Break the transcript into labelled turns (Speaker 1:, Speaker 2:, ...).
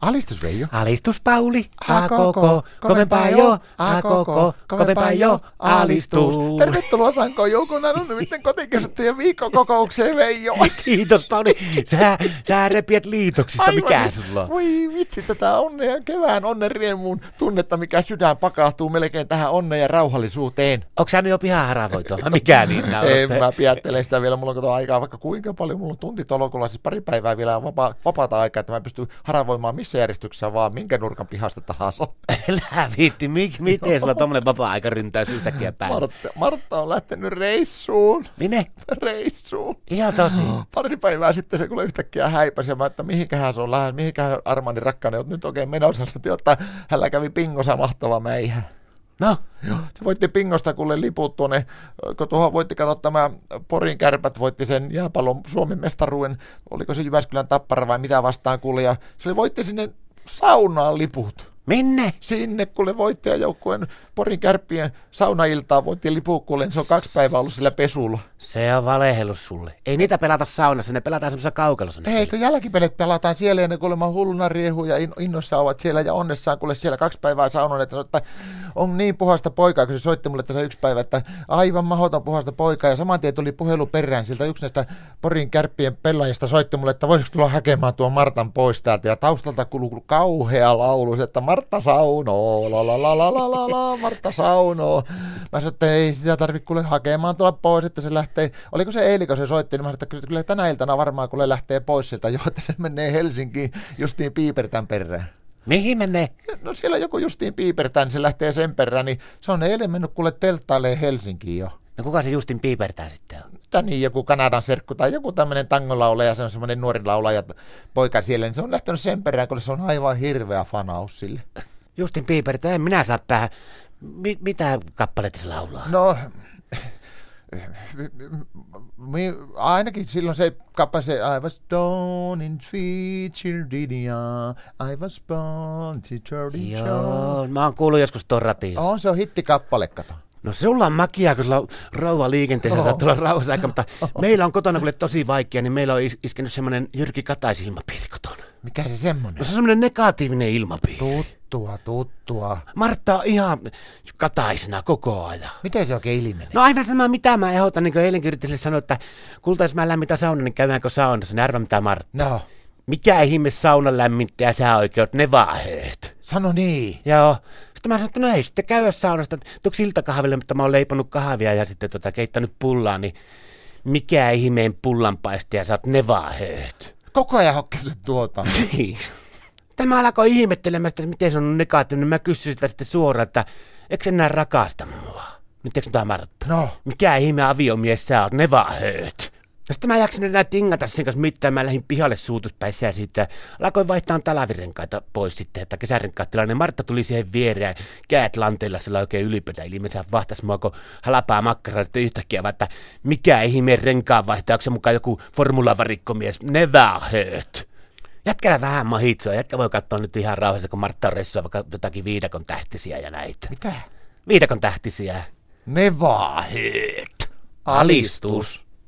Speaker 1: Alistus Veijo.
Speaker 2: Alistus Pauli, a koko,
Speaker 1: koko,
Speaker 2: kovempaa jo, a koko, kovempaa jo, alistus.
Speaker 1: Tervetuloa Sankoon joukona, no nimittäin kotikeskustajien viikkokokoukseen Veijo.
Speaker 2: Kiitos Pauli, sä, sä repiät liitoksista, mikä sulla on?
Speaker 1: siis- Voi vitsi, tätä onnea, kevään onnen riemuun tunnetta, mikä sydän pakahtuu melkein tähän onneen ja rauhallisuuteen.
Speaker 2: Onko sä nyt jo pihaharavoitua vai mikä niin
Speaker 1: En
Speaker 2: nauratte?
Speaker 1: mä piättele sitä vielä, mulla on kato aikaa vaikka kuinka paljon, mulla on tunti tolokulla, siis pari päivää vielä vapa- vapaata aikaa, että mä pystyn haravoimaan missä järjestyksessä vaan, minkä nurkan pihasta tahansa.
Speaker 2: Älä viitti, mik, miten sulla tommonen vapaa-aika ryntäys yhtäkkiä päälle?
Speaker 1: Martta, Martta on lähtenyt reissuun,
Speaker 2: Minne?
Speaker 1: reissuun.
Speaker 2: Ihan tosi.
Speaker 1: Pari päivää sitten se kuule yhtäkkiä häipäsi ja mä, että mihinkähän se on lähes, mihinkähän Armani rakkainen oot nyt oikein menossa. Sanoin, jotta hänellä kävi pingossa mahtava meihä.
Speaker 2: No,
Speaker 1: Se voitti pingosta kuule liput tuonne, kun tuohon voitti katsoa tämä Porin kärpät, voitti sen jääpallon Suomen mestaruuden, oliko se Jyväskylän tappara vai mitä vastaan kuule, ja se voitti sinne saunaan liput.
Speaker 2: minne?
Speaker 1: Sinne kuule voittajajoukkueen Porin kärppien saunailtaa voitti liput kuule, se on kaksi päivää ollut sillä pesulla.
Speaker 2: Se on valehellut sulle. Ei niitä pelata saunassa, ne pelataan semmoisessa kaukalossa. ne
Speaker 1: Ei, No kun jälkipelit pelataan siellä ja ne kuulemma hulluna riehuu ja in- innossa ovat siellä ja onnessaan kuule siellä kaksi päivää saunon, että, sanoi, että on niin puhasta poikaa, kun se soitti mulle tässä yksi päivä, että aivan mahoton puhasta poikaa ja saman tien tuli puhelu perään siltä yksi näistä Porin kärppien pelaajista soitti mulle, että voisiko tulla hakemaan tuon Martan pois täältä ja taustalta kuuluu kauhea laulu, se, että Martta saunoo, la la la la la la la, Martta saunoo. Mä sanoin, että ei sitä tarvitse kuule hakemaan tulla pois, että se lähtee, oliko se eilen, kun se soitti, niin mä sanoin, että kyllä- kyllä tänä iltana varmaan kuule lähtee pois sieltä jo, että se menee Helsinkiin justiin piipertän perään.
Speaker 2: Mihin menee?
Speaker 1: No siellä joku justiin piipertään, niin se lähtee sen perään, niin se on eilen mennyt kuule telttailee Helsinkiin jo.
Speaker 2: No kuka se Justin piipertää sitten on?
Speaker 1: Dani, niin, joku Kanadan serkku tai joku tämmöinen tangolaulaja, se on semmoinen nuori laulaja poika siellä, niin se on lähtenyt sen perään, kun se on aivan hirveä fanaus sille.
Speaker 2: Justin piipertää, en minä saa päähän. Mi- mitä kappaletta se laulaa?
Speaker 1: No, mi- ainakin silloin se kappale se I was born in sweet Chirdinia, I was born in Chirdinia.
Speaker 2: Joo, mä oon kuullut joskus ton ratiin.
Speaker 1: On se on hittikappale, kato.
Speaker 2: No sulla on makia, kun sulla on rauha liikenteessä, oh. saat olla rauhassa aika, mutta meillä on kotona kuule tosi vaikea, niin meillä on is- iskenyt semmoinen Jyrki Kataisi ilmapiiri kotona.
Speaker 1: Mikä se
Speaker 2: No
Speaker 1: semmonen?
Speaker 2: se on semmoinen negatiivinen ilmapiiri.
Speaker 1: Tuttua, tuttua.
Speaker 2: Martta on ihan kataisena koko ajan.
Speaker 1: Miten se oikein ilmenee?
Speaker 2: No aivan sama mitä mä ehdotan, niin kuin eilenkin yritin sille sanoa, että kulta jos mä lämmitän saunan, niin käydäänkö saunassa, niin arva mitä Martta.
Speaker 1: No,
Speaker 2: Mikä ihme saunan lämmittäjä sääoikeudet, ne vaiheet.
Speaker 1: sano niin.
Speaker 2: Joo. Sitten mä sanoin, että no ei sitten käydä saunasta. Tuoksi iltakahville, mutta mä oon leiponut kahvia ja sitten tota, keittänyt pullaa, niin mikä ihmeen pullanpaistaja sä oot nevahööt.
Speaker 1: Koko ajan hokkasit tuota.
Speaker 2: Niin. Tämä alkoi ihmettelemään sitä, että miten se on negatiivinen. Mä kysyin sitä sitten suoraan, että eikö enää rakasta mua? Nyt eikö tämä Martta?
Speaker 1: No,
Speaker 2: Mikä ihme aviomies sä oot, nevahööt. No sitten mä en jaksanut enää tingata sen kanssa mitään, mä lähdin pihalle suutuspäissä ja siitä alkoin vaihtaa talavirenkaita pois sitten, että kesärenkaat tilanne. Martta tuli siihen viereen, käät lanteilla sillä oikein ylipäätä ilmeensä vahtas mua, kun halapaa makkaraa sitten yhtäkkiä, vaan että mikä ihmeen renkaan vaihtaa, onko se mukaan joku formulavarikkomies, nevahööt. Jätkällä vähän mahitsoa, jätkä voi katsoa nyt ihan rauhassa, kun Martta on reissua vaikka jotakin viidakon tähtisiä ja näitä.
Speaker 1: mitä?
Speaker 2: Viidakon tähtisiä.
Speaker 1: Nevaa.
Speaker 2: Ahet.
Speaker 1: Alistus.